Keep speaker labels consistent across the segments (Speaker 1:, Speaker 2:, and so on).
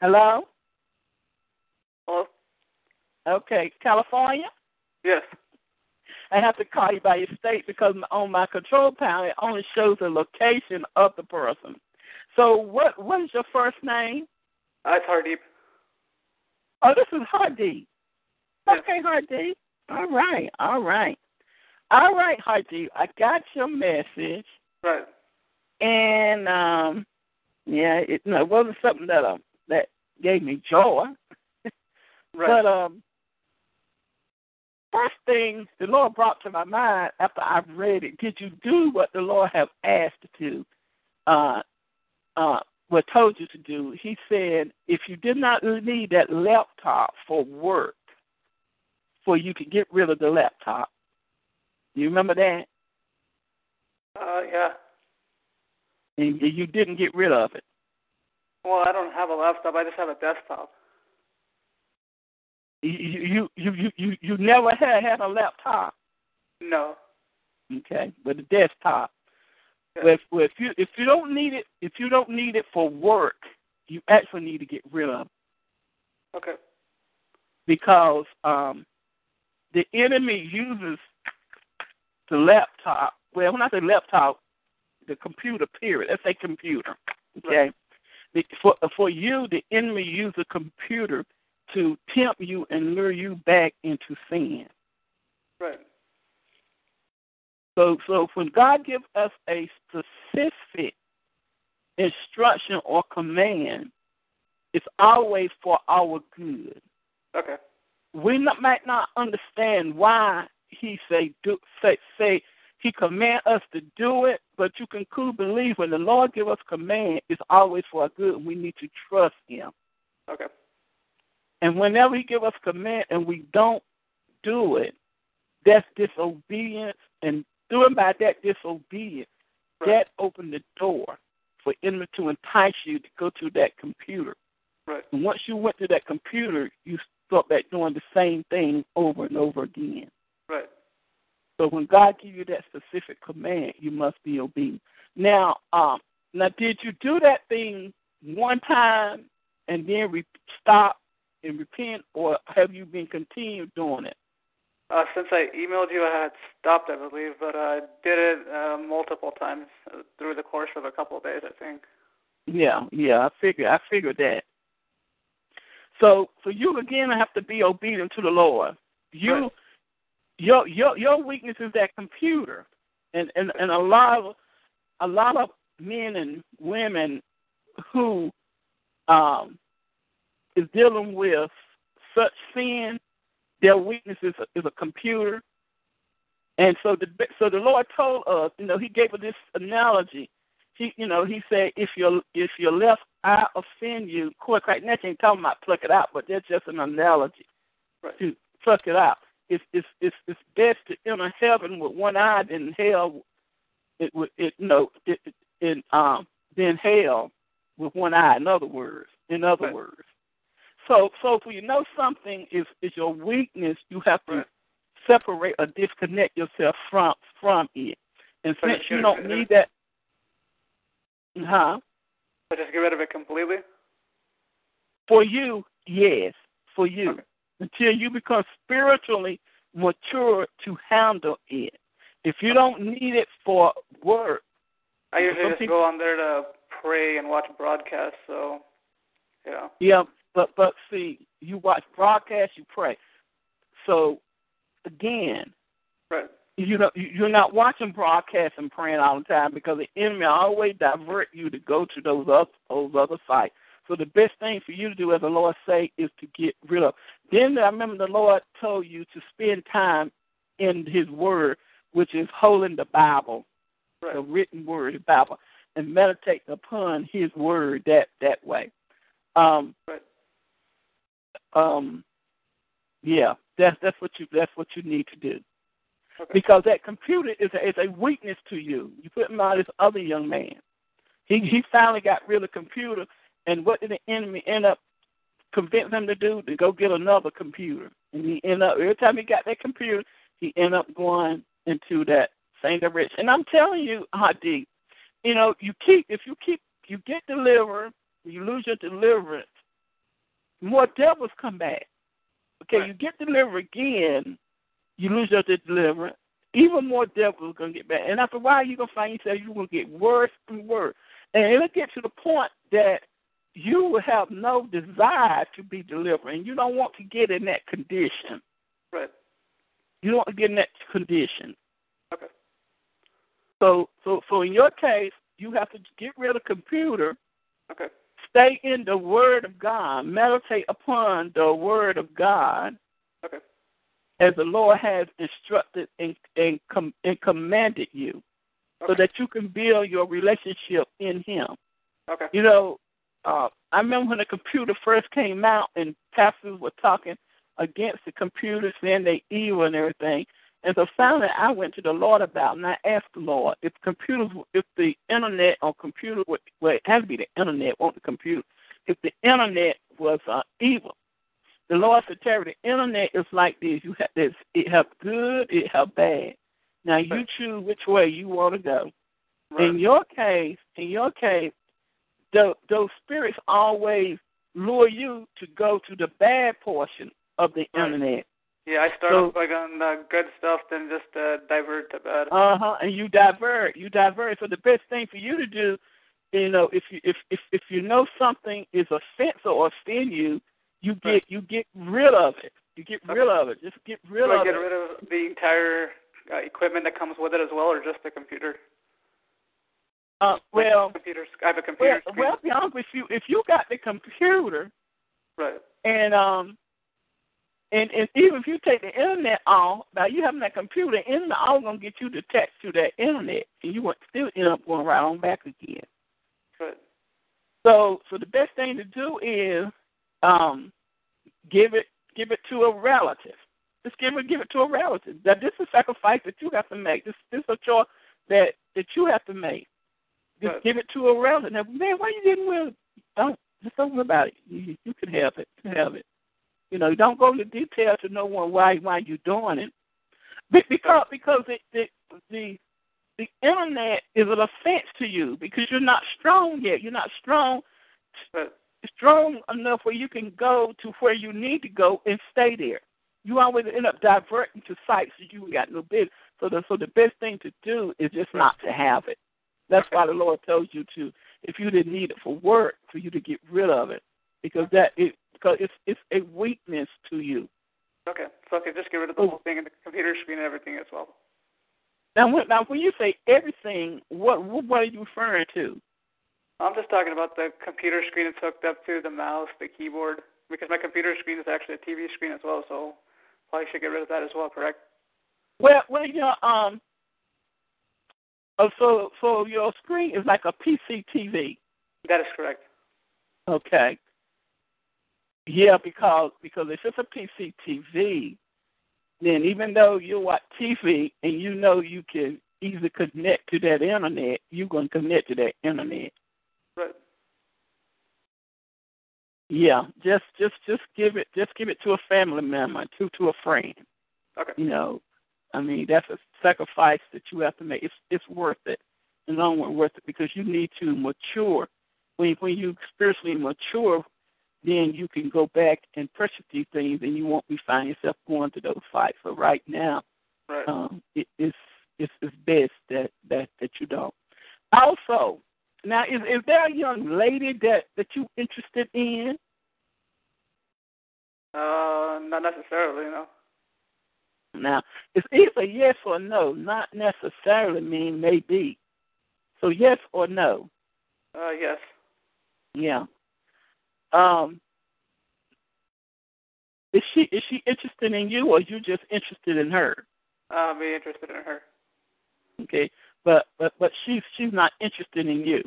Speaker 1: Hello?
Speaker 2: Hello?
Speaker 1: Okay, California?
Speaker 2: Yes.
Speaker 1: I have to call you by your state because on my control panel it only shows the location of the person. So what what is your first name?
Speaker 2: Uh, it's Hardeep.
Speaker 1: Oh, this is Hardy.
Speaker 2: Yes.
Speaker 1: Okay, Hardy. All right, all right. All right, Hardy. I got your message
Speaker 2: Right.
Speaker 1: and um yeah, it no, it wasn't something that um that gave me joy.
Speaker 2: Right.
Speaker 1: But um, first thing the Lord brought to my mind after I read it, did you do what the Lord have asked you to, uh, uh, was told you to do? He said, if you did not need that laptop for work, for you to get rid of the laptop. You remember that?
Speaker 2: uh, yeah.
Speaker 1: And you- you didn't get rid of it.
Speaker 2: Well, I don't have a laptop. I just have a desktop.
Speaker 1: You you you you you, you never had had a laptop.
Speaker 2: No.
Speaker 1: okay, with a desktop.
Speaker 2: Yeah.
Speaker 1: But if, well, if you if you don't need it if you don't need it for work, you actually need to get rid of it
Speaker 2: Okay.
Speaker 1: because um, the enemy uses the laptop. Well, when I say laptop, the computer period. Let's say computer. Okay. The- For for you, the enemy uses a computer to tempt you and lure you back into sin.
Speaker 2: Right.
Speaker 1: So, so when God gives us a specific instruction or command, it's always for our good.
Speaker 2: Okay.
Speaker 1: We not, might not understand why He say do say say He command us to do it, but you can cool believe when the Lord give us command, it's always for our good. We need to trust Him.
Speaker 2: Okay.
Speaker 1: And whenever he give us command and we don't do it, that's disobedience. And doing by that disobedience,
Speaker 2: Right.
Speaker 1: that opened the door for enemy to entice you to go to that computer.
Speaker 2: Right.
Speaker 1: And once you went to that computer, you start back doing the same thing over and over again.
Speaker 2: Right.
Speaker 1: So when God give you that specific command, you must be obedient. Now, um, now did you do that thing one time and then re- stop and repent, or have you been continued doing it?
Speaker 2: Uh, since I emailed you, I had stopped, I believe, but I did it uh, multiple times uh, through the course of a couple of days, I think.
Speaker 1: Yeah, yeah, I figure, I figured that. So, so you again have to be obedient to the Lord. You,
Speaker 2: Right.
Speaker 1: your, your, your weakness is that computer, and and and a lot of, a lot of men and women who, um, is dealing with such sin, their weakness is a, is a computer, and so the so the Lord told us, you know, He gave us this analogy he you know he said if your if your left eye offend you quick right now ain't talking about pluck it out but that's just an analogy
Speaker 2: Right.
Speaker 1: to pluck it out it's it's it's it's best to enter heaven with one eye than hell it would it you know it, it- in um than hell with one eye in other words in other
Speaker 2: Right.
Speaker 1: words so so if you know something is is your weakness you have to
Speaker 2: Right.
Speaker 1: separate or disconnect yourself from from it and
Speaker 2: So
Speaker 1: since
Speaker 2: just
Speaker 1: you
Speaker 2: get-
Speaker 1: don't need that huh
Speaker 2: So just get rid of it completely?
Speaker 1: For you, yes. For you.
Speaker 2: Okay.
Speaker 1: Until you become spiritually mature to handle it. If you don't need it for work,
Speaker 2: I
Speaker 1: Yeah,
Speaker 2: usually
Speaker 1: some
Speaker 2: just
Speaker 1: people-
Speaker 2: go on there to pray and watch broadcasts, so, yeah.
Speaker 1: yeah, but but see, you watch broadcasts, you pray. So again,
Speaker 2: Right.
Speaker 1: you know you- you're not watching broadcasts and praying all the time because the enemy always divert you to go to those other those other sites. So the best thing for you to do, as the Lord say, is to get rid of. Then I remember the Lord told you to spend time in His Word, which is holding the Bible,
Speaker 2: Right.
Speaker 1: the written Word, the Bible, and meditate upon His Word that that way. Um,
Speaker 2: Right.
Speaker 1: um, yeah, that's that's what you that's what you need to do
Speaker 2: Okay.
Speaker 1: because that computer is a, is a weakness to you. You put him on this other young man. He he finally got rid of the computer, and what did the enemy end up convince him to do? To go get another computer, and he end up every time he got that computer, he end up going into that same direction. And I'm telling you, Hadi, you know, you keep if you keep you get delivered, you lose your deliverance, more devils come back. Okay,
Speaker 2: Right.
Speaker 1: you get delivered again, you lose your deliverance. Even more devils gonna get back, and after a while, you're gonna find yourself you're gonna get worse and worse, and it'll get to the point that you will have no desire to be delivered, and you don't want to get in that condition.
Speaker 2: Right.
Speaker 1: You don't want to get in that condition.
Speaker 2: Okay.
Speaker 1: So, so, so in your case, you have to get rid of computer
Speaker 2: Okay.
Speaker 1: stay in the Word of God, meditate upon the Word of God
Speaker 2: Okay.
Speaker 1: as the Lord has instructed and, and, com- and commanded you so
Speaker 2: Okay.
Speaker 1: that you can build your relationship in Him.
Speaker 2: okay.
Speaker 1: You know, uh, I remember when the computer first came out and pastors were talking against the computer, saying they evil and everything. And so finally, I went to the Lord about it, and I asked the Lord if computers, if the internet or computer, would- well, it had to be the internet, will not the computer, if the internet was uh, evil. The Lord said, Terry, the internet is like this. You have this. It have good. It have bad. Now you
Speaker 2: Right.
Speaker 1: choose which way you want to go.
Speaker 2: Right.
Speaker 1: In your case, in your case, tho- those spirits always lure you to go to the bad portion of the
Speaker 2: Right.
Speaker 1: internet.
Speaker 2: yeah, I start
Speaker 1: so-
Speaker 2: off like on the good stuff, then just uh, divert to bad.
Speaker 1: Uh huh. And you divert. You divert. So the best thing for you to do, you know, if you if if if you know something is offensive or offend you, you get
Speaker 2: Right.
Speaker 1: you get rid of it. You get rid of it. Just get rid
Speaker 2: Do I
Speaker 1: of
Speaker 2: get
Speaker 1: it.
Speaker 2: rid of the entire uh, equipment that comes with it as well, or just the computer?
Speaker 1: uh,
Speaker 2: Like,
Speaker 1: well,
Speaker 2: computer. sc- I have a computer
Speaker 1: well,
Speaker 2: screen.
Speaker 1: well, to be honest with you, if you got the computer,
Speaker 2: right.
Speaker 1: and um and, and even if you take the internet off, now you having that computer, the internet all gonna get you attached to that internet, and you would still end up going right on back again.
Speaker 2: Right.
Speaker 1: So, so the best thing to do is um, give it give it to a relative. Just give it give it to a relative. Now, this is a sacrifice that you have to make. This this is a choice that that you have to make. Just
Speaker 2: Right.
Speaker 1: give it to a relative. Now, man, why you didn't will? Don't just don't worry about it. You you can have it. You can have it. You know, don't go into detail to no one why why you're doing it. Be- Because because it, the the the internet is an offense to you because you're not strong yet. You're not strong
Speaker 2: Right.
Speaker 1: strong enough where you can go to where you need to go and stay there. You always end up diverting to sites that you got no business. So the so the best thing to do is just not to have it. That's why the Lord tells you to if you didn't need it for work, for you to get rid of it. Because that it because it's it's a weakness to you.
Speaker 2: Okay. So I could just get rid of the
Speaker 1: Oh.
Speaker 2: whole thing and the computer screen and everything as well.
Speaker 1: Now when now when you say everything, what what what are you referring to?
Speaker 2: I'm just talking about the computer screen that's hooked up to the mouse, the keyboard, because my computer screen is actually a TV screen as well, so probably should get rid of that as well, correct?
Speaker 1: Well, well, you know, um, oh, so so your screen is like a PC TV,
Speaker 2: That is correct.
Speaker 1: okay? Yeah, because because if it's a PC TV, then even though you watch TV and you know you can easily connect to that internet, you're gonna connect to that internet.
Speaker 2: Right.
Speaker 1: Yeah, just just just give it just give it to a family member, to to a friend.
Speaker 2: Okay.
Speaker 1: you know, I mean, that's a sacrifice that you have to make. It's it's worth it, in the long run, worth it because you need to mature. When when you spiritually mature, then you can go back and purchase these things, and you won't be finding yourself going to those fights. So right now,
Speaker 2: Right.
Speaker 1: um, it, it's it's it's best that that that you don't. Also, now is is there a young lady that that you interested in?
Speaker 2: Uh, not necessarily, no.
Speaker 1: Now, it's either yes or no, not necessarily mean maybe. So yes or no.
Speaker 2: Uh, yes.
Speaker 1: Yeah. Um is she is she interested in you or you just interested in her?
Speaker 2: Uh, I'd be interested in her.
Speaker 1: Okay. But but but she's she's not interested in you.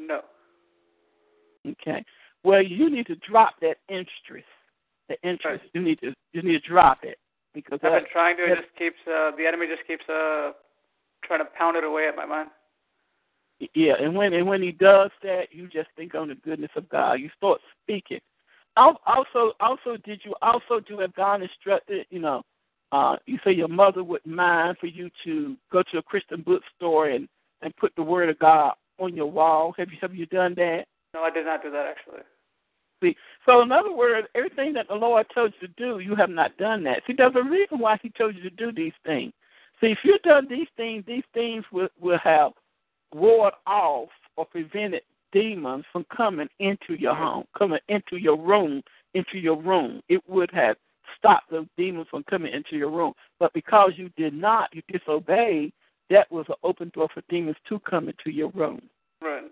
Speaker 2: No.
Speaker 1: Okay. Well, you need to drop that interest. The interest you need to you need to drop it because
Speaker 2: I've
Speaker 1: that,
Speaker 2: been trying to. It
Speaker 1: that-
Speaker 2: just keeps uh, the enemy just keeps uh, trying to pound it away at my mind.
Speaker 1: yeah. And when and when he does that, you just think on the goodness of God. You start speaking. Al- Also, also, did you also do as God instructed? You know, uh, you say your mother wouldn't mind for you to go to a Christian bookstore and and put the Word of God on your wall. Have you have you done that?
Speaker 2: No, I did not do that actually.
Speaker 1: See, so in other words, everything that the Lord told you to do, you have not done that. See, there's a reason why He told you to do these things. See, if you've done these things, these things will, will have ward off or prevented demons from coming into your home, coming into your room, into your room. It would have stopped those demons from coming into your room. But because you did not, you disobeyed, that was an open door for demons to come into your room.
Speaker 2: Right.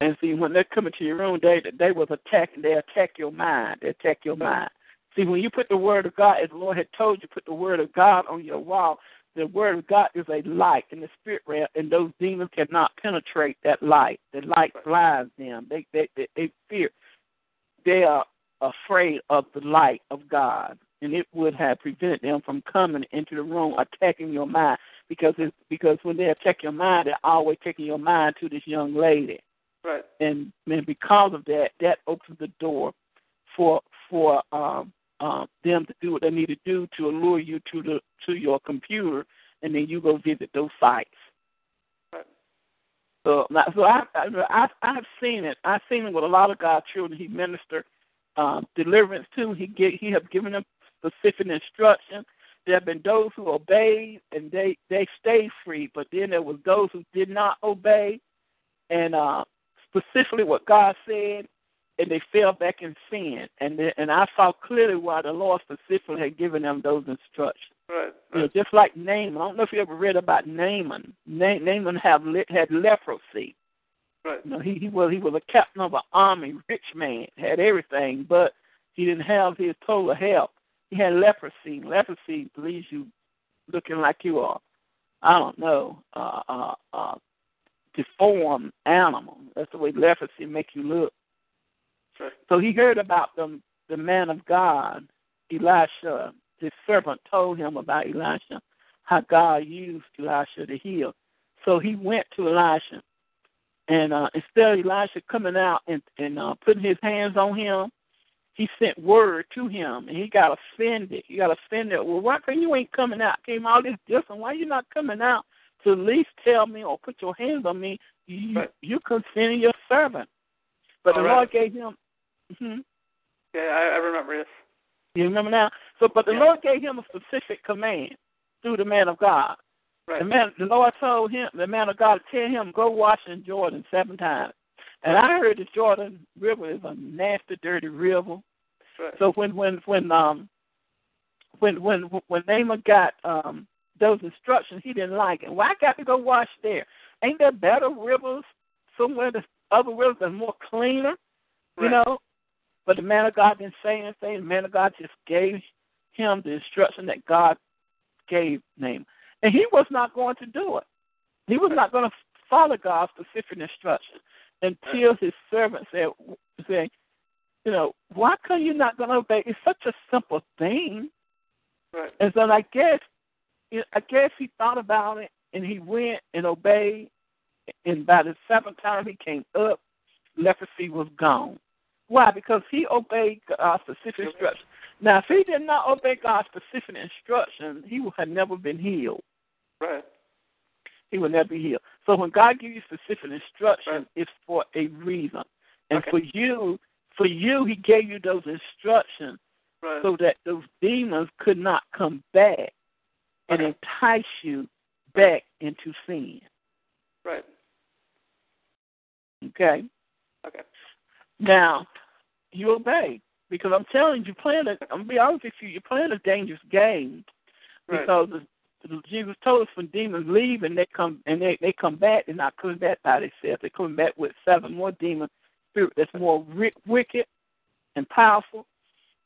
Speaker 1: And see, when they're coming to your room, they they was attacking. They attack your mind. They attack your mind. See, when you put the word of God, as the Lord had told you, put the word of God on your wall. The word of God is a light in the spirit realm, and those demons cannot penetrate that light. The light blinds them. They they they, they fear. They are afraid of the light of God, and it would have prevented them from coming into the room, attacking your mind. Because it's, because when they attack your mind, they're always taking your mind to this young lady
Speaker 2: Right.
Speaker 1: and and because of that, that opens the door for for um, um, them to do what they need to do to allure you to the to your computer, and then you go visit those sites.
Speaker 2: Right.
Speaker 1: So, now- so I, I I I've seen it. I've seen it with a lot of God's children. He ministered um, deliverance to. He get he have given them specific instructions. There have been those who obeyed and they they stayed free, but then there was those who did not obey, and uh, specifically what God said, and they fell back in sin. And the, and I saw clearly why the Lord specifically had given them those instructions.
Speaker 2: Right.
Speaker 1: You know,
Speaker 2: Right.
Speaker 1: just like Naaman. I don't know if you ever read about Naaman. Na- Naaman have le- had leprosy.
Speaker 2: Right.
Speaker 1: You know, he he was he was a captain of an army, rich man, had everything, but he didn't have his total health. He had leprosy. Leprosy leaves you looking like you are, I don't know, uh, uh, uh, deformed animal. That's the way leprosy make you look.
Speaker 2: Right.
Speaker 1: So he heard about the the man of God, Elisha. His servant told him about Elisha, how God used Elisha to heal. So he went to Elisha, and uh, instead of Elisha coming out and and uh, putting his hands on him, he sent word to him, and he got offended. He got offended. Well, why can you ain't coming out? Came all this distance. Why you not coming out to at least tell me or put your hands on me? You
Speaker 2: Right.
Speaker 1: you consider your servant. But the
Speaker 2: All right.
Speaker 1: Lord gave him. hmm
Speaker 2: Yeah, I, I remember this.
Speaker 1: You remember now? So, but the
Speaker 2: Yeah.
Speaker 1: Lord gave him a specific command through the man of God.
Speaker 2: Right.
Speaker 1: The man, the Lord told him, the man of God, tell him go wash in Jordan seven times. And I heard the Jordan River is a nasty, dirty river.
Speaker 2: Right.
Speaker 1: So when when when um when when when Naaman got um those instructions, he didn't like it. Well, I got to go wash there. Ain't there better rivers somewhere? That's other rivers that's more cleaner, you
Speaker 2: Right.
Speaker 1: know. But the man of God didn't say anything. The man of God just gave him the instruction that God gave Naaman, and he was not going to do it. He was not going to follow God's specific instruction until his servant said, "Say, you know, why come you not going to obey? It's such a simple thing.
Speaker 2: Right.
Speaker 1: And so I guess, you know, I guess he thought about it and he went and obeyed. And by the seventh time he came up, leprosy was gone. Why? Because he obeyed God's specific instructions. Now, if he did not obey God's specific instructions, he would have never been healed.
Speaker 2: Right.
Speaker 1: He will never be healed. So when God gives you specific instructions,
Speaker 2: Right.
Speaker 1: it's for a reason. And
Speaker 2: Okay.
Speaker 1: for you, for you, He gave you those instructions
Speaker 2: Right.
Speaker 1: so that those demons could not come back and
Speaker 2: Okay.
Speaker 1: entice you back into sin.
Speaker 2: Right.
Speaker 1: Okay.
Speaker 2: Okay.
Speaker 1: Now, you obey because I'm telling you, you're playing. A, I'm gonna be honest with you, you're playing a dangerous game.
Speaker 2: Right.
Speaker 1: because the- Jesus told us when demons leave and they come and they they come back, they're not coming back by themselves. They're coming back with seven more demon spirit that's more ri- wicked and powerful.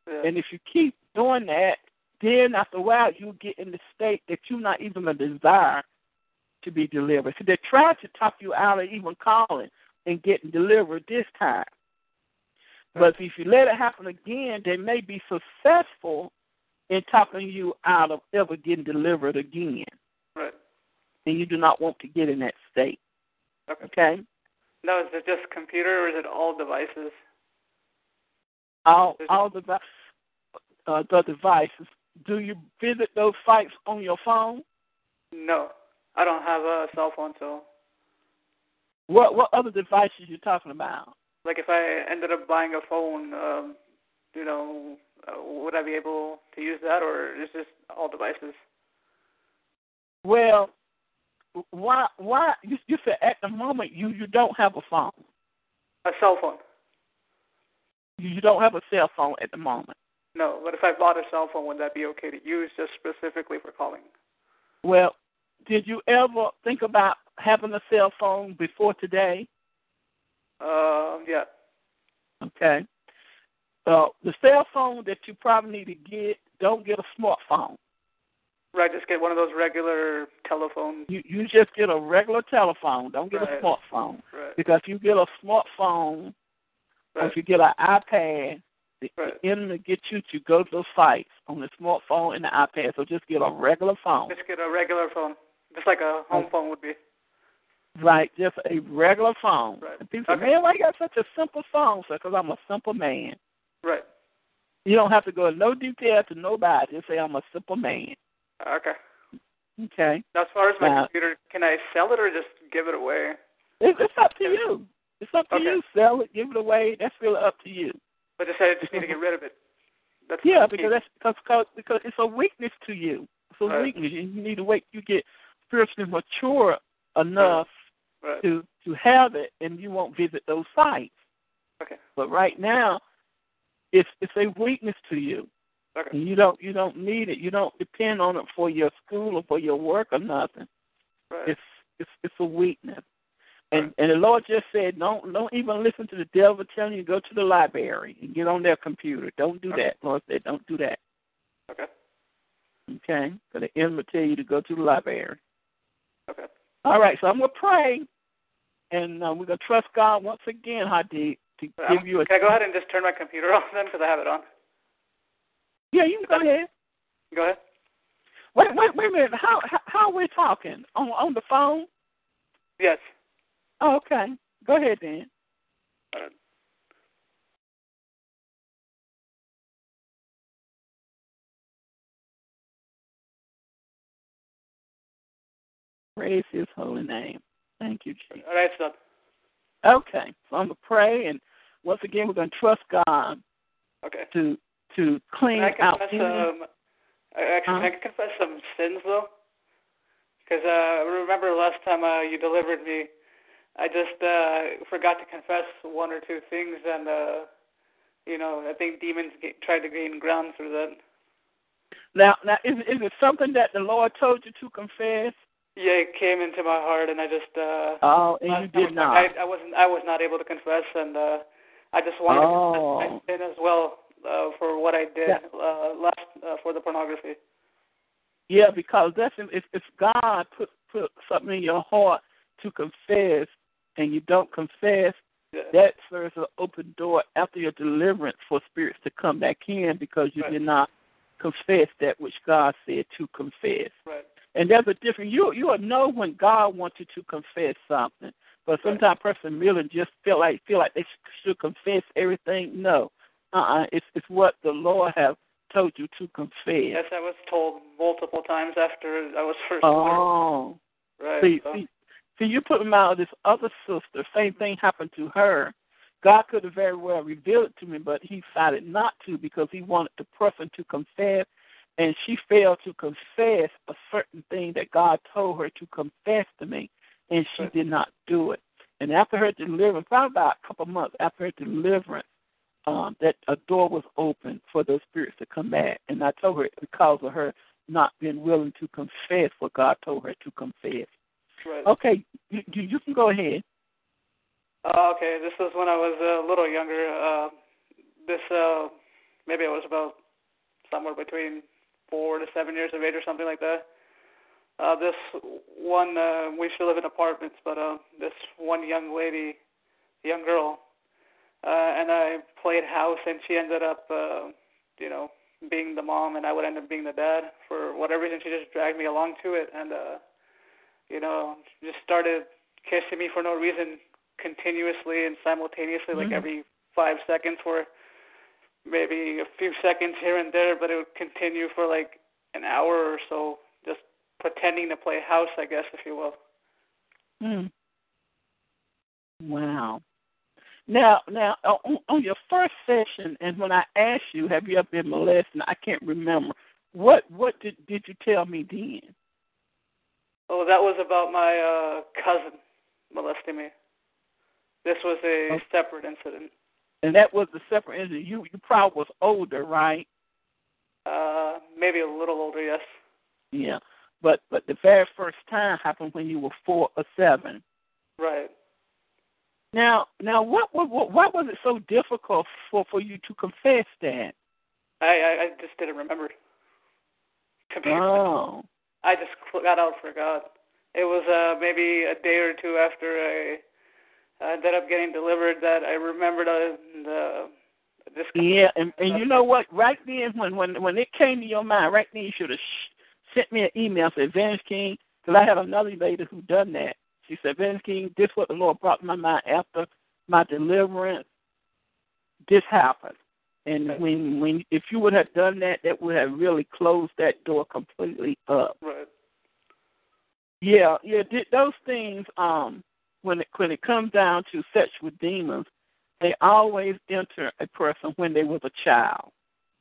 Speaker 2: yeah.
Speaker 1: And if you keep doing that, then after a while you get in the state that you're not even a desire to be delivered. So they tried to talk you out of even calling and getting delivered this time. But if you let it happen again, they may be successful in talking you out of ever getting delivered again.
Speaker 2: Right.
Speaker 1: And you do not want to get in that state.
Speaker 2: Okay.
Speaker 1: Okay?
Speaker 2: Now, is it just computer or is it all devices?
Speaker 1: All all the uh, the devices. Do you visit those sites on your phone?
Speaker 2: No, I don't have a cell phone, so
Speaker 1: What what other devices you talking about?
Speaker 2: like if I ended up buying a phone, um, you know, uh, would I be able to use that, or is just all devices?
Speaker 1: Well, why why you, you said at the moment you you don't have a phone.
Speaker 2: A cell phone?
Speaker 1: You, you don't have a cell phone at the moment.
Speaker 2: No, but if I bought a cell phone, would that be okay to use just specifically for calling?
Speaker 1: Well, did you ever think about having a cell phone before today?
Speaker 2: Um, yeah.
Speaker 1: Okay. Uh, the cell phone that you probably need to get, don't get a smartphone.
Speaker 2: Right, just get one of those regular telephones.
Speaker 1: You you just get a regular telephone. Don't get
Speaker 2: Right.
Speaker 1: a smartphone
Speaker 2: Right.
Speaker 1: because you get a smartphone or
Speaker 2: Right.
Speaker 1: if you get an iPad, the,
Speaker 2: Right.
Speaker 1: the internet gets you to go to those sites on the smartphone and the iPad. So just get a regular phone,
Speaker 2: Just get a regular phone, just like a home
Speaker 1: Mm.
Speaker 2: phone would be.
Speaker 1: right? Just a regular phone.
Speaker 2: Right.
Speaker 1: And People
Speaker 2: Okay.
Speaker 1: say, man, why you got such a simple phone? So, because I'm a simple man.
Speaker 2: Right.
Speaker 1: You don't have to go in no detail to nobody. Just say I'm a simple man.
Speaker 2: Okay.
Speaker 1: Okay.
Speaker 2: Now, as far as my
Speaker 1: Now-
Speaker 2: computer, can I sell it or just give it away?
Speaker 1: It, it's up to you. It's up to
Speaker 2: Okay.
Speaker 1: you. Sell it, give it away. That's really up to you.
Speaker 2: But just I just need to get rid of it. That's
Speaker 1: Yeah,
Speaker 2: the key.
Speaker 1: because that's because, because because it's a weakness to you. It's a
Speaker 2: Right.
Speaker 1: weakness. You you need to wait. You get spiritually mature enough
Speaker 2: right.
Speaker 1: to to have it, and you won't visit those sites.
Speaker 2: Okay.
Speaker 1: But right now, it's it's a weakness to you.
Speaker 2: Okay.
Speaker 1: And you don't you don't need it. You don't depend on it for your school or for your work or nothing.
Speaker 2: Right.
Speaker 1: It's it's it's a weakness. And and the Lord just said, don't don't even listen to the devil telling you to go to the library and get on their computer. Don't do
Speaker 2: Okay.
Speaker 1: that. Lord said, don't do that.
Speaker 2: Okay.
Speaker 1: Okay, so the enemy will tell you to go to the library.
Speaker 2: Okay.
Speaker 1: All right, so I'm gonna pray, and uh, we're gonna trust God once again, Hadi, to
Speaker 2: Well,
Speaker 1: give you a.
Speaker 2: Can I go ahead and just turn my computer off then because I have it on?
Speaker 1: Yeah, you can go ahead.
Speaker 2: Go ahead.
Speaker 1: Wait, wait, wait a minute. How how, how we're talking on on the phone?
Speaker 2: Yes.
Speaker 1: Oh, okay, go ahead then.
Speaker 2: Uh,
Speaker 1: Praise His holy name. Thank you, Jesus.
Speaker 2: All right, it's done.
Speaker 1: Okay, so I'm gonna pray, and once again, we're gonna trust God
Speaker 2: Okay.
Speaker 1: to to
Speaker 2: Can
Speaker 1: clean
Speaker 2: I
Speaker 1: out.
Speaker 2: confess
Speaker 1: any-
Speaker 2: um, I- actually, can I confess some sins though? Because uh, remember last time uh, you delivered me, I just uh, forgot to confess one or two things, and uh, you know, I think demons get, tried to gain ground through that.
Speaker 1: now, now, is is it something that the Lord told you to confess?
Speaker 2: Yeah, it came into my heart, and I just uh,
Speaker 1: Oh,
Speaker 2: last
Speaker 1: and you
Speaker 2: time
Speaker 1: did not.
Speaker 2: I, I wasn't. I was not able to confess, and uh, I just wanted to confess
Speaker 1: Oh.
Speaker 2: my sin as well uh, for what I did
Speaker 1: Yeah.
Speaker 2: uh, last uh, for the pornography.
Speaker 1: Yeah, because that's if if God put put something in your heart to confess and you don't confess,
Speaker 2: Yeah.
Speaker 1: that serves an open door after your deliverance for spirits to come back in because you
Speaker 2: Right.
Speaker 1: did not confess that which God said to confess.
Speaker 2: Right.
Speaker 1: And there's a difference. You you'll know when God wants you to confess something. But
Speaker 2: Right.
Speaker 1: sometimes person really just feel like feel like they sh- should confess everything. No, uh, uh-uh. it's it's what the Lord have told you to confess.
Speaker 2: Yes, I was told multiple times after I was first born.
Speaker 1: Oh,
Speaker 2: Right.
Speaker 1: see,
Speaker 2: so-
Speaker 1: see, see, you put them out of this other sister. Same thing happened to her. God could have very well revealed it to me, but he decided not to because he wanted the person to confess, and she failed to confess a certain thing that God told her to confess to me, and she
Speaker 2: Right.
Speaker 1: did not do it. And after her deliverance, probably about a couple months after her deliverance, um, that a door was open for those spirits to come back. And I told her it's because of her not being willing to confess what God told her to confess.
Speaker 2: Right.
Speaker 1: Okay, you, you, you can go ahead.
Speaker 2: Uh, okay, this was when I was a little younger. Uh, this uh, maybe I was about somewhere between four to seven years of age or something like that. Uh, this one, uh, we used to live in apartments, but uh, this one young lady, young girl, uh, and I played house, and she ended up, uh, you know, being the mom, and I would end up being the dad for whatever reason. She just dragged me along to it, and uh, you know, just started kissing me for no reason, continuously and simultaneously, like
Speaker 1: Mm.
Speaker 2: every five seconds for maybe a few seconds here and there, but it would continue for like an hour or so, just pretending to play house, I guess, if you will.
Speaker 1: Mm. Wow. Now, now uh, on, on your first session, and when I asked you, have you ever been molested? I can't remember. What what did did you tell me then?
Speaker 2: Oh, that was about my uh cousin molesting me. This was a
Speaker 1: Oh.
Speaker 2: separate incident.
Speaker 1: And that was the separate incident. You you probably was older, right?
Speaker 2: Uh maybe a little older, yes.
Speaker 1: Yeah. But but the very first time happened when you were four or seven.
Speaker 2: Right.
Speaker 1: Now now what was what, why was it so difficult for for you to confess that?
Speaker 2: I I, I just didn't remember. To be
Speaker 1: Oh.
Speaker 2: I just cl- got out for God. It was uh maybe a day or two after I I ended up getting delivered that I remembered uh, the this
Speaker 1: Yeah, and, and you know what? Right then, when when when it came to your mind, right then you should have sh- sent me an email said, "Vantage King," because I had another lady who done that. She said, "Vantage King, this what the Lord brought to my mind after my deliverance. This happened, and
Speaker 2: Right.
Speaker 1: when when if you would have done that, that would have really closed that door completely up."
Speaker 2: Right.
Speaker 1: Yeah, yeah. th- Those things, um, when it when it comes down to sexual demons, they always enter a person when they was a child.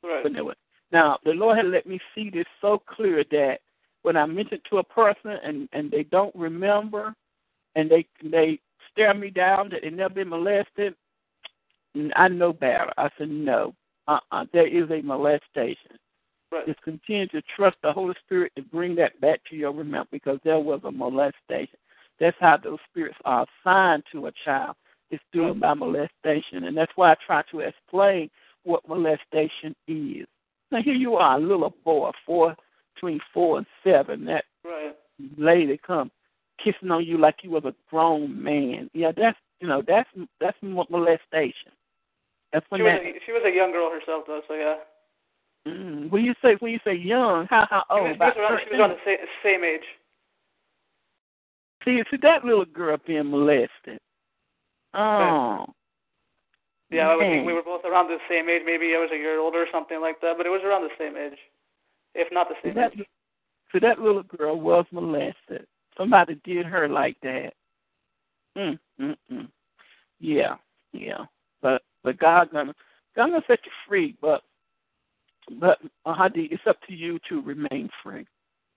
Speaker 2: Right.
Speaker 1: When they were, now the Lord had let me see this so clear that when I mention to a person and and they don't remember, and they they stare me down that they never been molested, and I know better. I said no, uh-uh, there is a molestation
Speaker 2: Right.
Speaker 1: just continue to trust the Holy Spirit to bring that back to your remembrance because there was a molestation. That's how those spirits are assigned to a child. It's
Speaker 2: Mm-hmm.
Speaker 1: doing by molestation, and that's why I try to explain what molestation is. Now here you are, a little boy, four between four and seven. That
Speaker 2: Right.
Speaker 1: lady come kissing on you like you was a grown man. Yeah, that's you know that's that's mo- molestation. That's when
Speaker 2: She
Speaker 1: that.
Speaker 2: was a, she was a young girl herself though, so yeah.
Speaker 1: Mm, when you say when you say young, how how
Speaker 2: She
Speaker 1: old?
Speaker 2: was, she was
Speaker 1: About
Speaker 2: around, she was
Speaker 1: 13?
Speaker 2: around the same, same age.
Speaker 1: See, see that little girl being molested. Oh,
Speaker 2: Yeah, I would think
Speaker 1: man.
Speaker 2: we were both around the same age. Maybe I was a year older or something like that, but it was around the same age, if not the
Speaker 1: See
Speaker 2: same
Speaker 1: that,
Speaker 2: age.
Speaker 1: see that little girl was molested. Somebody did her like that. Mm, mm, mm. Yeah, yeah. But but God gonna God gonna set you free. But but uh, Hadi, it's up to you to remain free.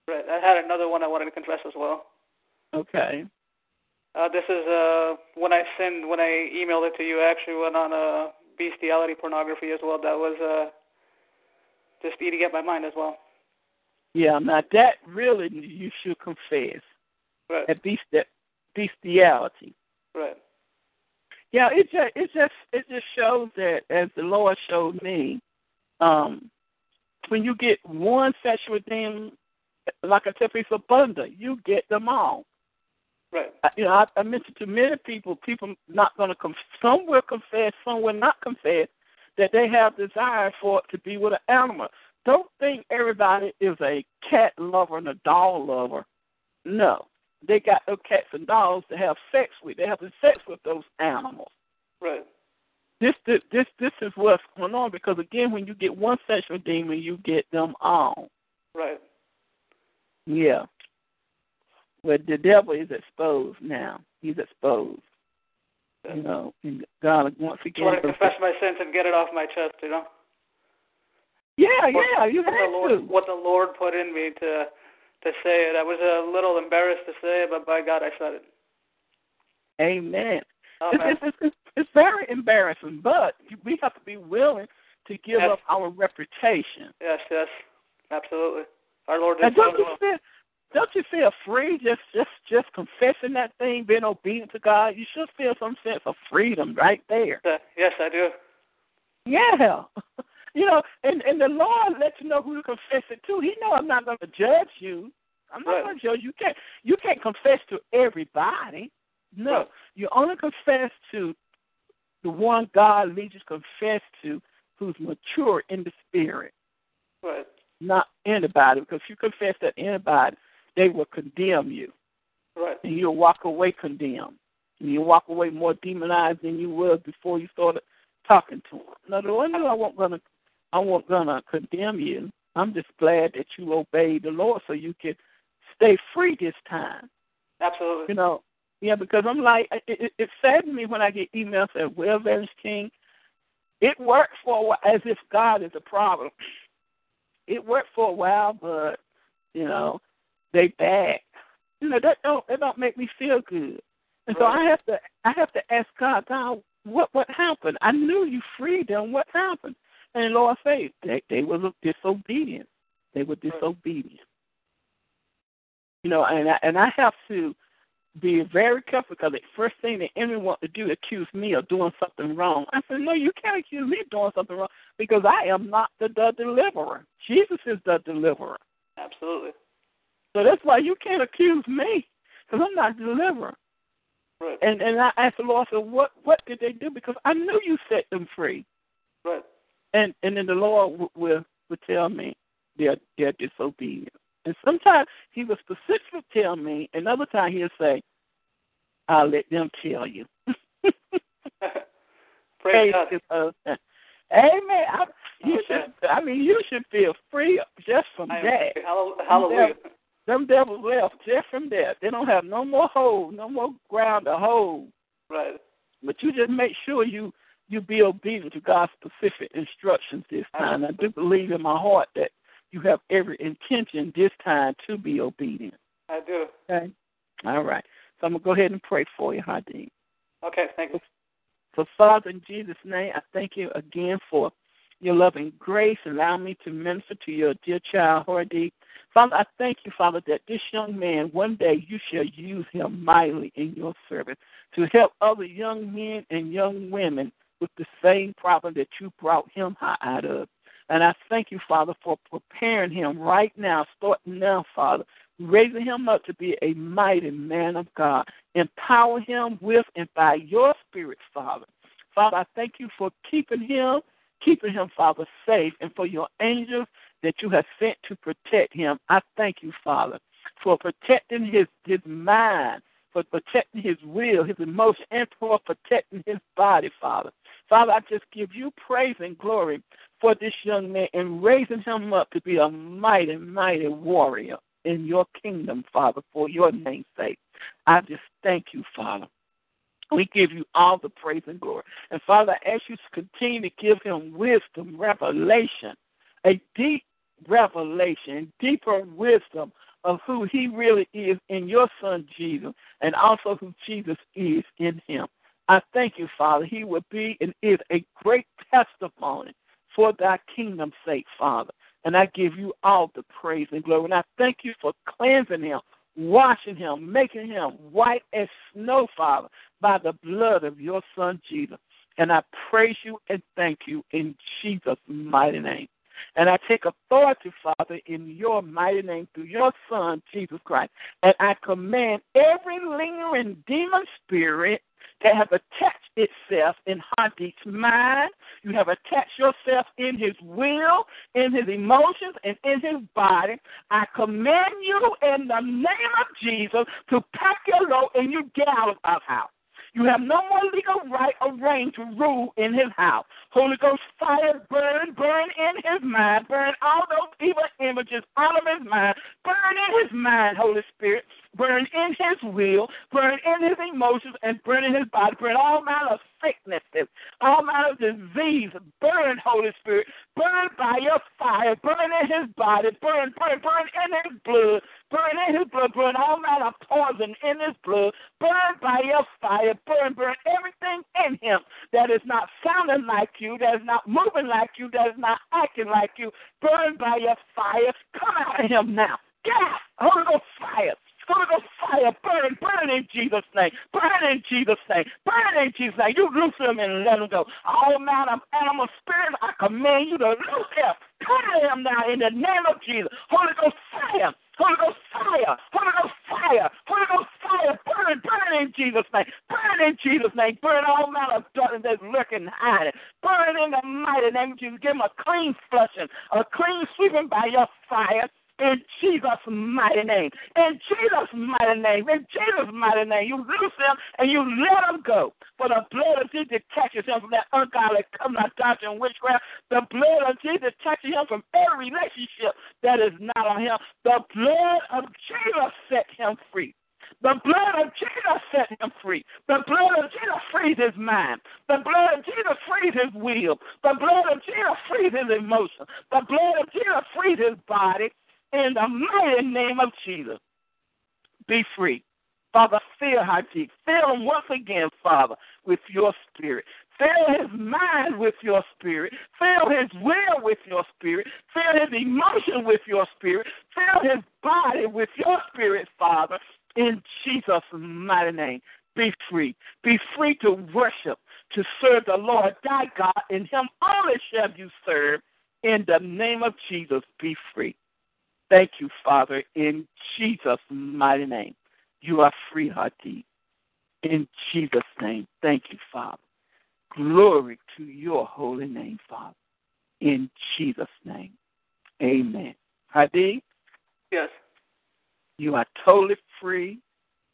Speaker 2: Right. I had another one I wanted to confess as well.
Speaker 1: Okay.
Speaker 2: Uh, this is uh, when I send when I emailed it to you. I actually went on uh, bestiality pornography as well. That was uh, just eating at my mind as well.
Speaker 1: Yeah. Now that really you should confess
Speaker 2: Right.
Speaker 1: that beast that bestiality.
Speaker 2: Right.
Speaker 1: Yeah, it just it just it just shows that as the Lord showed me, um, when you get one sexual demon, like I tell people, it's abundant. You get them all.
Speaker 2: Right.
Speaker 1: I, you know, I, I mentioned to many people, people not going to conf- some will confess, some will not confess that they have desire for it to be with an animal. Don't think everybody is a cat lover and a dog lover. No, they got those cats and dogs to have sex with. They have sex with those animals
Speaker 2: Right.
Speaker 1: this this this this is what's going on because again, when you get one sexual demon, you get them all.
Speaker 2: Right.
Speaker 1: Yeah. But the devil is exposed now. He's exposed.
Speaker 2: Yeah.
Speaker 1: You know, and God once
Speaker 2: Just
Speaker 1: again.
Speaker 2: want to confess my sins and get it off my chest, you know.
Speaker 1: Yeah,
Speaker 2: What-
Speaker 1: yeah, you
Speaker 2: what the
Speaker 1: have
Speaker 2: Lord,
Speaker 1: to.
Speaker 2: what the Lord put in me to to say it. I was a little embarrassed to say it, but by God, I said it.
Speaker 1: Amen. It's,
Speaker 2: Amen.
Speaker 1: it's, it's, it's, it's very embarrassing, but we have to be willing to give
Speaker 2: Yes.
Speaker 1: up our reputation.
Speaker 2: yes, yes, absolutely. Our Lord
Speaker 1: Now,
Speaker 2: did so
Speaker 1: don't you
Speaker 2: well.
Speaker 1: feel don't you feel free just just just confessing that thing, being obedient to God? You should feel some sense of freedom right there.
Speaker 2: Uh, Yes, I do.
Speaker 1: Yeah. You know, and and the Lord lets you know who to confess it to. He know I'm not going to judge you. I'm not
Speaker 2: Right.
Speaker 1: going to judge you. You Can't you can't confess to everybody. No,
Speaker 2: Right.
Speaker 1: you only confess to the one God leads you to confess to who's mature in the spirit,
Speaker 2: Right.
Speaker 1: not anybody. Because if you confess that anybody, they will condemn you.
Speaker 2: Right.
Speaker 1: And you'll walk away condemned. And you'll walk away more demonized than you was before you started talking to them. Now, the one that I won't gonna, I won't gonna condemn you. I'm just glad that you obeyed the Lord so you can stay free this time. You
Speaker 2: Absolutely.
Speaker 1: know, yeah, because I'm like, it, it, it saddens me when I get emails that well, Vance King, it worked for a while, as if God is a problem. It worked for a while, but you know, they back. You know, that don't that don't make me feel good. And so I
Speaker 2: Right.
Speaker 1: have to I have to ask God, God, what what happened? I knew you freed them. What happened? And Lord said they they were disobedient. They were disobedient. You know, and I and I have to be very careful because the first thing the enemy wants to do is accuse me of doing something wrong. I said, No, you can't accuse me of doing something wrong because I am not the, the deliverer. Jesus is the deliverer.
Speaker 2: Absolutely.
Speaker 1: So that's why you can't accuse me because I'm not the deliverer.
Speaker 2: Right.
Speaker 1: And and I asked the Lord, I said, What what did they do? Because I knew you set them free.
Speaker 2: Right.
Speaker 1: And and then the Lord w- will will tell me they're they're disobedient. And sometimes he will specifically tell me, and other time he'll say, I'll let them tell you.
Speaker 2: Praise
Speaker 1: Praise
Speaker 2: God.
Speaker 1: his husband. Amen. I, you
Speaker 2: Amen.
Speaker 1: should, I mean, you should feel free just from
Speaker 2: I am
Speaker 1: that.
Speaker 2: free. Hall- Hallelujah.
Speaker 1: Them devils left just from that. They don't have no more hold, no more ground to hold.
Speaker 2: Right.
Speaker 1: But you just make sure you you be obedient to God's specific instructions this time. I do believe in my heart that you have every intention this time to be obedient.
Speaker 2: I do.
Speaker 1: Okay. All right. So I'm gonna go ahead and pray for you, Hadeen.
Speaker 2: Okay. Thank you.
Speaker 1: So, Father, in Jesus' name, I thank you again for your loving grace. Allow me to minister to your dear child, Hardy. Father, I thank you, Father, that this young man, one day you shall use him mightily in your service to help other young men and young women with the same problem that you brought him high out of. And I thank you, Father, for preparing him right now, starting now, Father, raising him up to be a mighty man of God. Empower him with and by your spirit, Father. Father, I thank you for keeping him, keeping him, Father, safe, and for your angels that you have sent to protect him. I thank you, Father, for protecting his, his mind, for protecting his will, his emotion, and for protecting his body, Father. Father, I just give you praise and glory for this young man and raising him up to be a mighty, mighty warrior in your kingdom, Father, for your name's sake. I just thank you, Father. We give you all the praise and glory. And Father, I ask you to continue to give him wisdom, revelation, a deep revelation, deeper wisdom of who he really is in your son Jesus and also who Jesus is in him. I thank you, Father. He will be and is a great testimony for thy kingdom's sake, Father. And I give you all the praise and glory. And I thank you for cleansing him, washing him, making him white as snow, Father, by the blood of your Son Jesus. And I praise you and thank you in Jesus' mighty name. And I take authority, Father, in your mighty name through your Son, Jesus Christ. And I command every lingering demon spirit that have attached itself in Hadith's mind. You have attached yourself in his will, in his emotions, and in his body. I command you in the name of Jesus to pack your load and you get out of our house. You have no more legal right or reign to rule in his house. Holy Ghost fire, burn, burn in his mind, burn all those evil images out of his mind, burn in his mind, Holy Spirit, burn in his will, burn in his emotions, and burn in his body, burn all manner of sicknesses, all manner of disease, burn, Holy Spirit, burn by your fire, burn in his body, burn, burn, burn in his blood, burn in his blood, burn all manner of poison in his blood, burn by your fire, burn, burn everything in him that is not sounding like you, that is not moving like you, that is not acting like you, burn by your fire, come out of him now. Get out, Holy Ghost fire. Holy Ghost fire, burn, burn in Jesus' name, burn in Jesus' name, burn in Jesus' name. You loose him and let him go. All manner of animal spirits, I command you to loose him. Cut him now in the name of Jesus. Holy Ghost fire, Holy Ghost fire, Holy Ghost fire, Holy Ghost fire, burn, burn Burn in Jesus' name. Burn in Jesus' name. Burn all manner of darkness that's lurking hiding. Burn in the mighty name of Jesus. Give them a clean flushing, a clean sweeping by your fire. In Jesus' mighty name. In Jesus' mighty name. In Jesus' mighty name. You loose them and you let them go. For the blood of Jesus catches him from that ungodly covenant doctrine witchcraft. The blood of Jesus catches him from every relationship that is not on him. The blood of Jesus set him free. The blood of Jesus set him free. The blood of Jesus frees his mind. The blood of Jesus frees his will. The blood of Jesus frees his emotion. The blood of Jesus frees his body. In the mighty name of Jesus, be free. Father, fill her cheek. Fill him once again, Father, with your spirit. Fill his mind with your spirit. Fill his will with your spirit. Fill his emotion with your spirit. Fill his body with your spirit, Father in Jesus' mighty name. Be free. Be free to worship, to serve the Lord thy God. In him only shall you serve. In the name of Jesus, be free. Thank you, Father, in Jesus' mighty name. You are free, Hati. In Jesus' name. Thank you, Father. Glory to your holy name, Father. In Jesus' name. Amen. Hadi,
Speaker 2: Yes.
Speaker 1: you are totally free.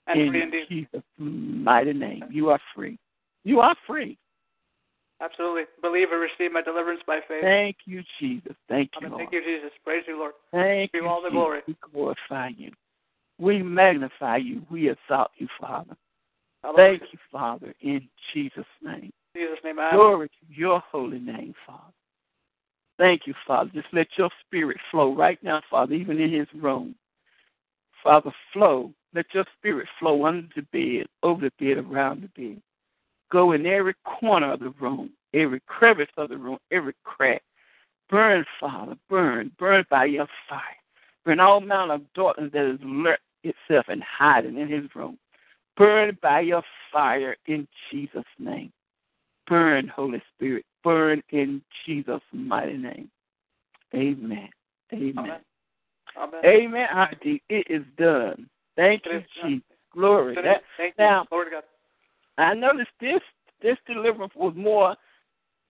Speaker 2: And
Speaker 1: in
Speaker 2: free indeed.
Speaker 1: Jesus' mighty name. You are free. You are free.
Speaker 2: Absolutely. Believe and receive my deliverance by faith.
Speaker 1: Thank you, Jesus. Thank you,
Speaker 2: Amen.
Speaker 1: Lord.
Speaker 2: Thank you, Jesus. Praise you, Lord.
Speaker 1: Thank
Speaker 2: Give
Speaker 1: you,
Speaker 2: all the
Speaker 1: Jesus.
Speaker 2: glory.
Speaker 1: We glorify you. We magnify you. We exalt you, Father.
Speaker 2: Hallelujah.
Speaker 1: Thank you, Father, in Jesus' name.
Speaker 2: In Jesus' name, amen.
Speaker 1: Glory to your holy name, Father. Thank you, Father. Just let your spirit flow right now, Father, even in his room. Father, flow. Let your spirit flow under the bed, over the bed, around the bed. Go in every corner of the room, every crevice of the room, every crack. Burn, Father, burn, burn by your fire. Burn all manner of darkness that has lurked itself and hiding in his room. Burn by your fire in Jesus' name. Burn, Holy Spirit. Burn in Jesus' mighty name. Amen. Amen.
Speaker 2: Amen. Amen.
Speaker 1: Amen. Auntie. It is done. Thank
Speaker 2: It
Speaker 1: you,
Speaker 2: is done.
Speaker 1: Jesus. Glory. That,
Speaker 2: Thank you.
Speaker 1: now-
Speaker 2: Glory to God.
Speaker 1: I noticed this this deliverance was more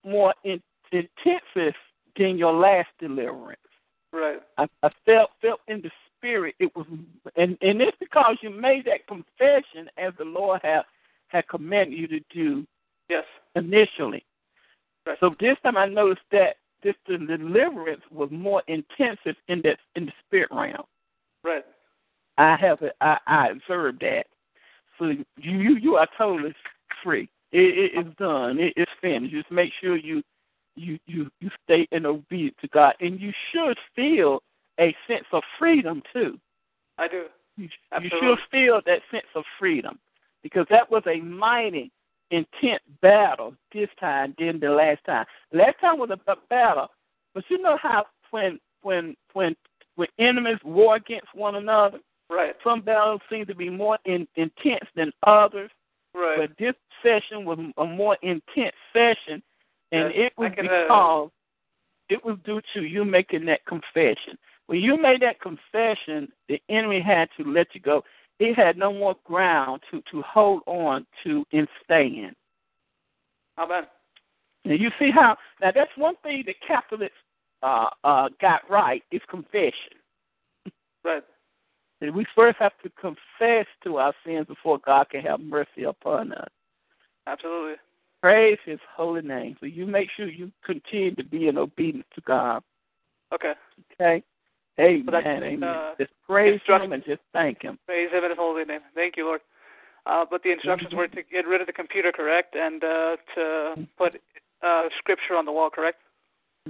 Speaker 1: more in, intensive than your last deliverance.
Speaker 2: Right.
Speaker 1: I, I felt felt in the spirit it was, and and it's because you made that confession as the Lord had had commanded you to do
Speaker 2: Yes.
Speaker 1: initially.
Speaker 2: Right.
Speaker 1: So this time I noticed that this deliverance was more intensive in that in the spirit realm.
Speaker 2: Right.
Speaker 1: I have I, I observed that. So you you you are totally free. It, it is done. It, it's finished. Just make sure you you you you stay in obedience to God, and you should feel a sense of freedom too.
Speaker 2: I do.
Speaker 1: You, you
Speaker 2: Absolutely.
Speaker 1: should feel that sense of freedom because that was a mighty, intense battle this time than the last time. Last time was a b- battle, but you know how when when when when enemies war against one another
Speaker 2: Right.
Speaker 1: some battles seem to be more in, intense than others,
Speaker 2: Right.
Speaker 1: but this session was a more intense session, and
Speaker 2: Yes,
Speaker 1: it was
Speaker 2: I can, uh,
Speaker 1: because it was due to you making that confession. When you made that confession, the enemy had to let you go. It had no more ground to to hold on to and stand.
Speaker 2: Amen.
Speaker 1: Now you see how now that's one thing the Catholics uh, uh, got right is confession.
Speaker 2: Right.
Speaker 1: that we first have to confess to our sins before God can have mercy upon us.
Speaker 2: Absolutely.
Speaker 1: Praise His holy name. So you make sure you continue to be in obedience to God.
Speaker 2: Okay.
Speaker 1: Okay. Amen.
Speaker 2: But I-
Speaker 1: amen.
Speaker 2: uh,
Speaker 1: just praise
Speaker 2: instruct-
Speaker 1: Him and just thank Him.
Speaker 2: Praise Him in His holy name. Thank you, Lord. Uh, but the instructions were to get rid of the computer, correct, and uh, to put uh, scripture on the wall, correct?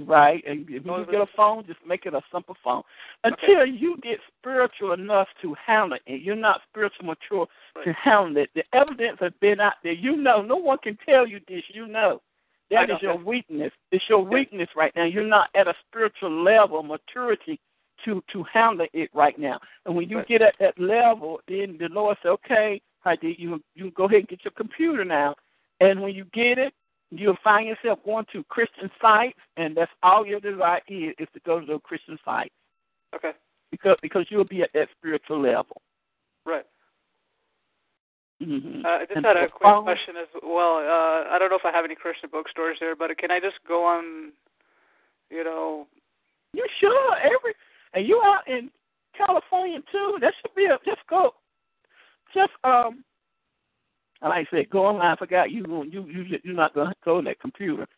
Speaker 1: Right. And if you
Speaker 2: Those
Speaker 1: get a
Speaker 2: are-
Speaker 1: phone, just make it a simple phone.
Speaker 2: Okay.
Speaker 1: Until you get spiritual enough to handle it, and you're not spiritual mature to
Speaker 2: Right.
Speaker 1: handle it. The evidence has been out there. You know, no one can tell you this. You know.
Speaker 2: I
Speaker 1: That
Speaker 2: know.
Speaker 1: is your weakness. It's your
Speaker 2: Yeah.
Speaker 1: weakness right now. You're not at a spiritual level, maturity to to handle it right now. And when you
Speaker 2: Right.
Speaker 1: get at that level, then the Lord said, "Okay, I did. You you go ahead and get your computer now." And when you get it, you'll find yourself going to Christian sites, and that's all your desire is is to go to a Christian site
Speaker 2: Okay.
Speaker 1: because because you'll be at that spiritual level.
Speaker 2: Right.
Speaker 1: Mm-hmm.
Speaker 2: Uh, I just
Speaker 1: And
Speaker 2: had a
Speaker 1: for
Speaker 2: quick
Speaker 1: phone-
Speaker 2: question as well. Uh, I don't know if I have any Christian bookstores there, but can I just go on, you know,
Speaker 1: You sure every and you out in California too. That should be a just go just um like I said, go online, I forgot you won't- you you you're not gonna go on that computer.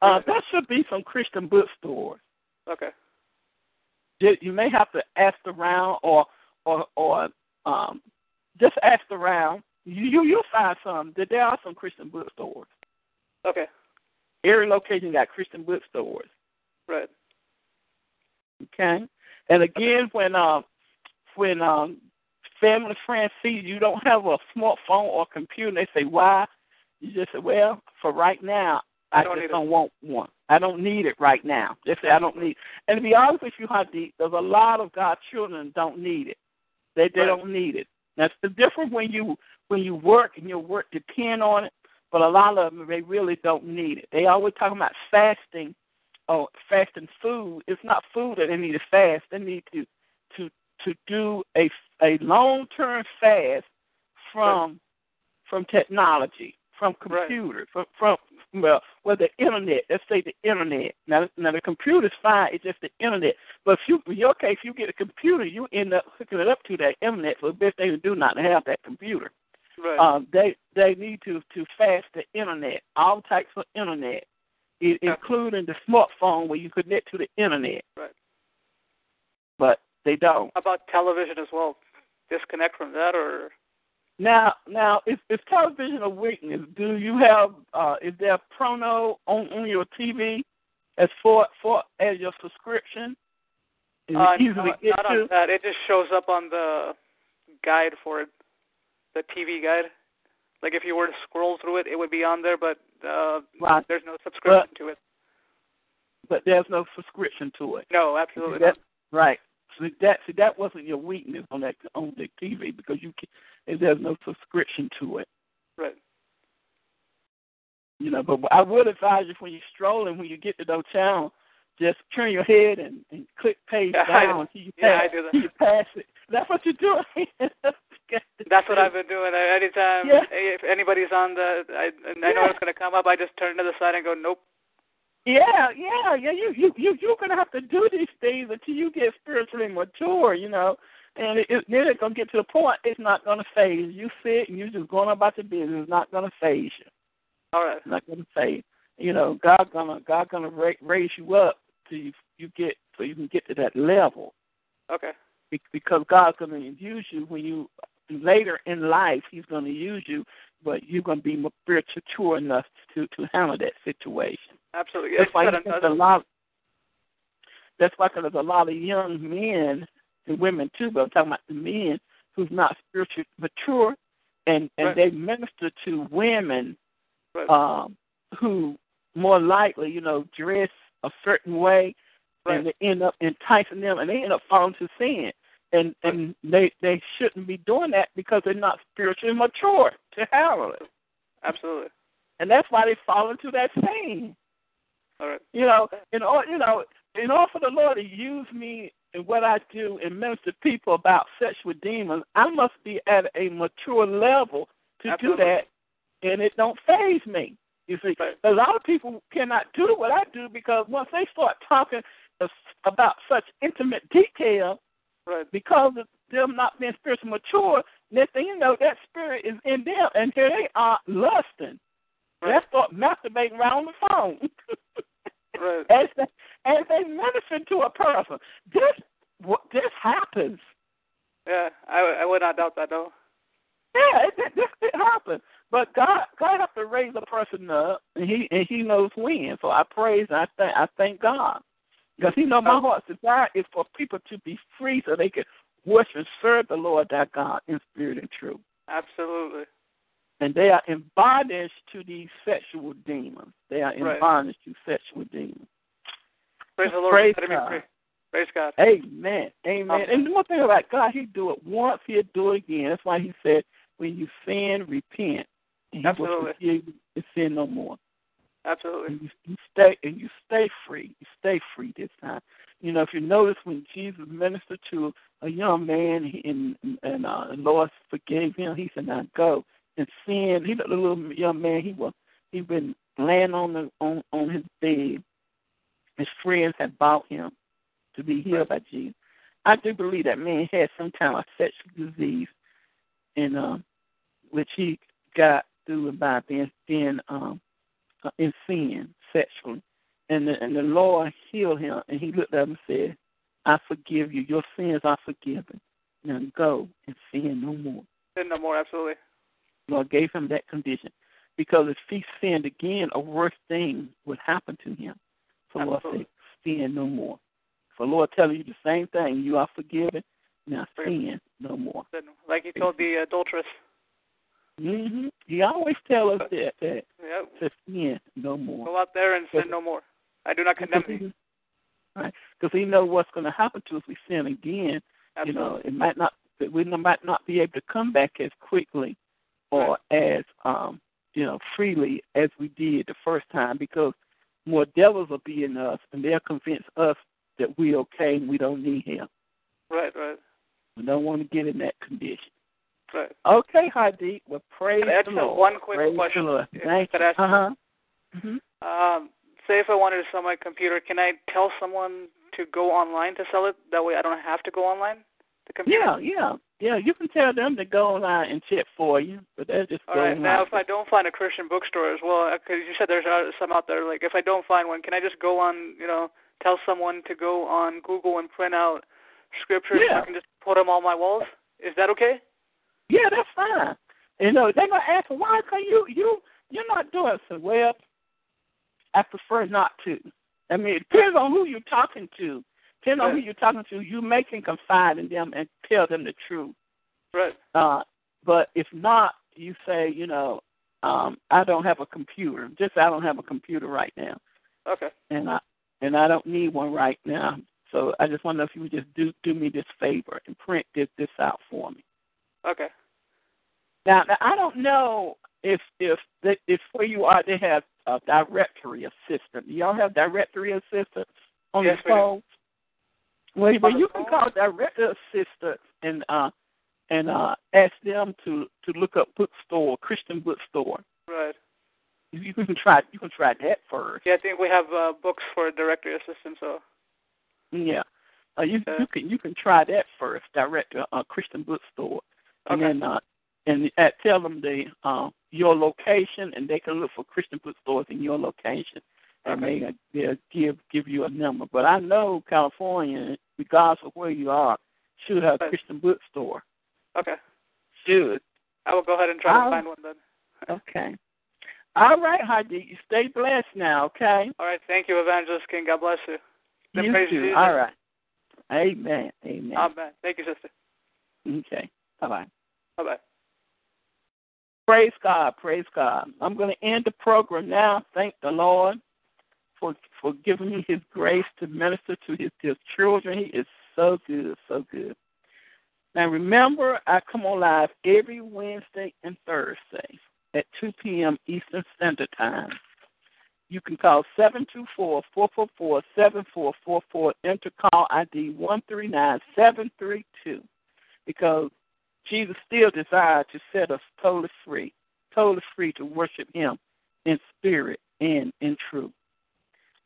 Speaker 1: Uh that should be some Christian bookstores.
Speaker 2: okay,
Speaker 1: You, you may have to ask around or or or um just ask around. You you you'll find some. There there are some Christian bookstores.
Speaker 2: okay,
Speaker 1: Every location got Christian bookstores.
Speaker 2: right,
Speaker 1: Okay. And again, when um when um family friends see you don't have a smartphone or computer, they say why? You just say, well, for right now, I,
Speaker 2: I don't need
Speaker 1: just
Speaker 2: it.
Speaker 1: don't want one. I don't need it right now. They say I don't need. And to be honest with you, Hadi, there's a lot of God's children don't need it. They they
Speaker 2: Right.
Speaker 1: don't need it. That's the difference when you when you work and your work depend on it. But a lot of them they really don't need it. They always talking about fasting oh fasting food it's not food that they need to fast they need to to to do a a long term fast from from technology from
Speaker 2: Right.
Speaker 1: computer from from well well the internet let's say the internet now now the computer's fine it's just the internet but if you in your case you get a computer you end up hooking it up to that internet so the best thing to do not to have that computer
Speaker 2: right,
Speaker 1: um, they they need to to fast the internet, all types of internet, i including the smartphone where you connect to the internet.
Speaker 2: Right.
Speaker 1: But they don't.
Speaker 2: How about television as well? Disconnect from that, or
Speaker 1: Now now, if if television a weakness, do you have uh, is there a prono on on your TV as for for as your subscription? Is
Speaker 2: uh,
Speaker 1: it easily
Speaker 2: not,
Speaker 1: get
Speaker 2: not
Speaker 1: to?
Speaker 2: on that? It just shows up on the guide for it, the TV guide. Like if you were to scroll through it, it would be on there, but uh,
Speaker 1: Right.
Speaker 2: there's no subscription to it.
Speaker 1: But there's no subscription to it.
Speaker 2: No,
Speaker 1: See,
Speaker 2: absolutely
Speaker 1: that-
Speaker 2: not.
Speaker 1: Right. So that see that wasn't your weakness on that on the TV because you can, there's no subscription to it.
Speaker 2: Right.
Speaker 1: You know, but I would advise you when you're strolling, when you get to those channels, just turn your head and, and click page
Speaker 2: Yeah, I-
Speaker 1: down until you
Speaker 2: yeah,
Speaker 1: pass.
Speaker 2: I do that.
Speaker 1: You pass it. That's what you're doing.
Speaker 2: That's what I've been doing. I- Anytime
Speaker 1: Yeah.
Speaker 2: if anybody's on the, I, and I know
Speaker 1: Yeah.
Speaker 2: it's going to come up. I just turn to the side and go, nope.
Speaker 1: Yeah, yeah, yeah. You you you you're gonna have to do these things until you get spiritually mature, you know. And it, it, then it's gonna get to the point it's not gonna phase you. Sit and you're just going about your business. It's not gonna phase you.
Speaker 2: All right.
Speaker 1: It's not gonna phase. You know, God gonna God gonna ra- raise you up till you you get so you can get to that level.
Speaker 2: Okay.
Speaker 1: Be- Because God's gonna use you when you later in life He's gonna use you, but you're gonna be spiritually mature enough to to handle that situation.
Speaker 2: Absolutely.
Speaker 1: That's
Speaker 2: It's
Speaker 1: why
Speaker 2: got
Speaker 1: you there's a
Speaker 2: another-
Speaker 1: lot. That's why 'cause there's a lot of young men and women too, but I'm talking about the men who's not spiritually mature, and and
Speaker 2: Right.
Speaker 1: they minister to women
Speaker 2: Right.
Speaker 1: um, who more likely, you know, dress a certain way, and
Speaker 2: Right.
Speaker 1: they end up enticing them, and they end up falling to sin, and and they they shouldn't be doing that because they're not spiritually mature to handle it,
Speaker 2: Absolutely.
Speaker 1: and that's why they fall into that sin.
Speaker 2: All right.
Speaker 1: You know, in order, you know, in order for the Lord to use me in what I do and minister to people about sexual demons, I must be at a mature level to
Speaker 2: Absolutely.
Speaker 1: do that, and it don't phase me. You see,
Speaker 2: Right.
Speaker 1: a lot of people cannot do what I do because once they start talking as- about such intimate detail,
Speaker 2: Right.
Speaker 1: because of them not being spiritually mature, next thing you know, that spirit is in them, and here they are lusting.
Speaker 2: Right.
Speaker 1: They start masturbating right on the phone.
Speaker 2: Right.
Speaker 1: as they, as they minister to a person. This what this happens.
Speaker 2: Yeah. I I would not doubt that though.
Speaker 1: Yeah, it, it, this it happens. But God God has to raise a person up, and he and he knows when. So I praise and I thank I thank God because He know my heart's desire is for people to be free so they can worship and serve the Lord thy God in spirit and truth.
Speaker 2: Absolutely.
Speaker 1: And they are in bondage to these sexual demons. They are in
Speaker 2: Right.
Speaker 1: bondage to sexual demons.
Speaker 2: Praise the Lord.
Speaker 1: Praise
Speaker 2: Let it be
Speaker 1: God.
Speaker 2: free. Praise God.
Speaker 1: Amen. Amen.
Speaker 2: Amen.
Speaker 1: And the one thing about God, He do it once, He'll do it again. That's why He said, "When you sin, repent, and He will
Speaker 2: Absolutely.
Speaker 1: forgive you and sin no more."
Speaker 2: Absolutely.
Speaker 1: And you, you stay and you stay free. You stay free this time. You know, if you notice when Jesus ministered to a young man and and uh, the Lord forgave him, He said, "Now go and sin. He looked a little young man. He was he been laying on the on on his bed. His friends had bought him to be healed by Jesus. I do believe that man had some kind of sexual disease, and um, which he got through by being being um in sin sexually, and the, and the Lord healed him, and he looked up and said, "I forgive you. Your sins are forgiven. Now go and sin no more."
Speaker 2: Sin no more, absolutely.
Speaker 1: Lord gave him that condition. Because if he sinned again, a worse thing would happen to him. So Lord said, sin no more. So Lord telling you the same thing. You are forgiven. Now sin no more.
Speaker 2: Like he told the adulteress.
Speaker 1: Mm-hmm. He always tell us that. that
Speaker 2: yep.
Speaker 1: To sin no more.
Speaker 2: Go out there and sin no more. I do not condemn you.
Speaker 1: Right. Because he knows what's going to happen to us if we sin again. Absolutely. You know, it might not, we might not be able to come back as quickly or as um you know freely as we did the first time because more devils will be in us and they'll convince us that we're okay and we don't need him.
Speaker 2: Right, right.
Speaker 1: We don't want to get in that condition.
Speaker 2: Right.
Speaker 1: Okay, Hardeep. Well, praise
Speaker 2: I
Speaker 1: the Lord.
Speaker 2: One quick
Speaker 1: praise
Speaker 2: question.
Speaker 1: The Lord. Thank
Speaker 2: you. Uh-huh.
Speaker 1: Mm-hmm.
Speaker 2: Um, say if I wanted to sell my computer, can I tell someone to go online to sell it? That way I don't have to go online? The computer?
Speaker 1: Yeah, yeah. Yeah, you can tell them to go online and check for you, but they're just
Speaker 2: All
Speaker 1: going
Speaker 2: right. Now,
Speaker 1: out.
Speaker 2: if I don't find a Christian bookstore as well, because you said there's uh, some out there. Like, if I don't find one, can I just go on? You know, tell someone to go on Google and print out scriptures.
Speaker 1: Yeah.
Speaker 2: So I can just put them on my walls. Is that okay?
Speaker 1: Yeah, that's fine. You know, they're gonna ask why can you you you're not doing it. so well. I prefer not to. I mean, it depends on who you're talking to. Depends on who
Speaker 2: Right.
Speaker 1: you're talking to. You may can confide in them and tell them the truth.
Speaker 2: Right.
Speaker 1: Uh, but if not, you say, you know, um, I don't have a computer. Just I don't have a computer right now,
Speaker 2: Okay.
Speaker 1: and I and I don't need one right now. So I just want to know if you would just do do me this favor and print this this out for me.
Speaker 2: Okay.
Speaker 1: Now, now I don't know if if the, if where you are they have a directory assistant. Do y'all have directory assistants on
Speaker 2: Yes, we do.
Speaker 1: your phone? Well,
Speaker 2: On
Speaker 1: well,
Speaker 2: the
Speaker 1: you can
Speaker 2: phone?
Speaker 1: call directory assistants and uh and uh ask them to to look up bookstore Christian bookstore.
Speaker 2: Right.
Speaker 1: You, you can try you can try that first.
Speaker 2: Yeah, I think we have uh, books for directory assistance. So.
Speaker 1: Yeah. Uh, you
Speaker 2: Okay.
Speaker 1: you can you can try that first, direct a uh, Christian bookstore, and
Speaker 2: Okay.
Speaker 1: then uh, and uh, tell them the uh, your location, and they can look for Christian bookstores in your location, and
Speaker 2: Okay.
Speaker 1: they uh, they'll give give you a number. But I know California, regardless of where you are, should have a
Speaker 2: Right.
Speaker 1: Christian bookstore.
Speaker 2: Okay.
Speaker 1: Should
Speaker 2: I will go ahead and try
Speaker 1: I'll-
Speaker 2: to find one then.
Speaker 1: okay. All right, Heidi, you stay blessed now. Okay.
Speaker 2: All right. Thank you, Evangelist King. God bless you. Then
Speaker 1: you
Speaker 2: praise
Speaker 1: too.
Speaker 2: Jesus.
Speaker 1: All right. Amen. Amen.
Speaker 2: Amen. Thank you, sister.
Speaker 1: okay. Bye bye.
Speaker 2: Bye bye.
Speaker 1: Praise God, praise God. I'm going to end the program now. Thank the Lord for for giving me His grace to minister to His His children. He is so good, so good. Now remember, I come on live every Wednesday and Thursday at 2 p.m. Eastern Standard Time. You can call 724-444-7444, enter call ID 139732, because Jesus still desired to set us totally free, totally free to worship Him in spirit and in truth.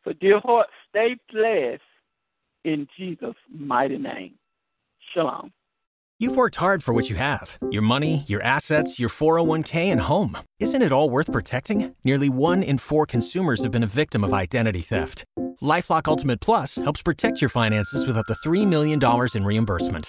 Speaker 1: So, dear heart, stay blessed in Jesus' mighty name. Shalom.
Speaker 3: You've worked hard for what you have your money, your assets, your 401k, and home. Isn't it all worth protecting? Nearly one in four consumers have been a victim of identity theft. Lifelock Ultimate Plus helps protect your finances with up to $3 million in reimbursement.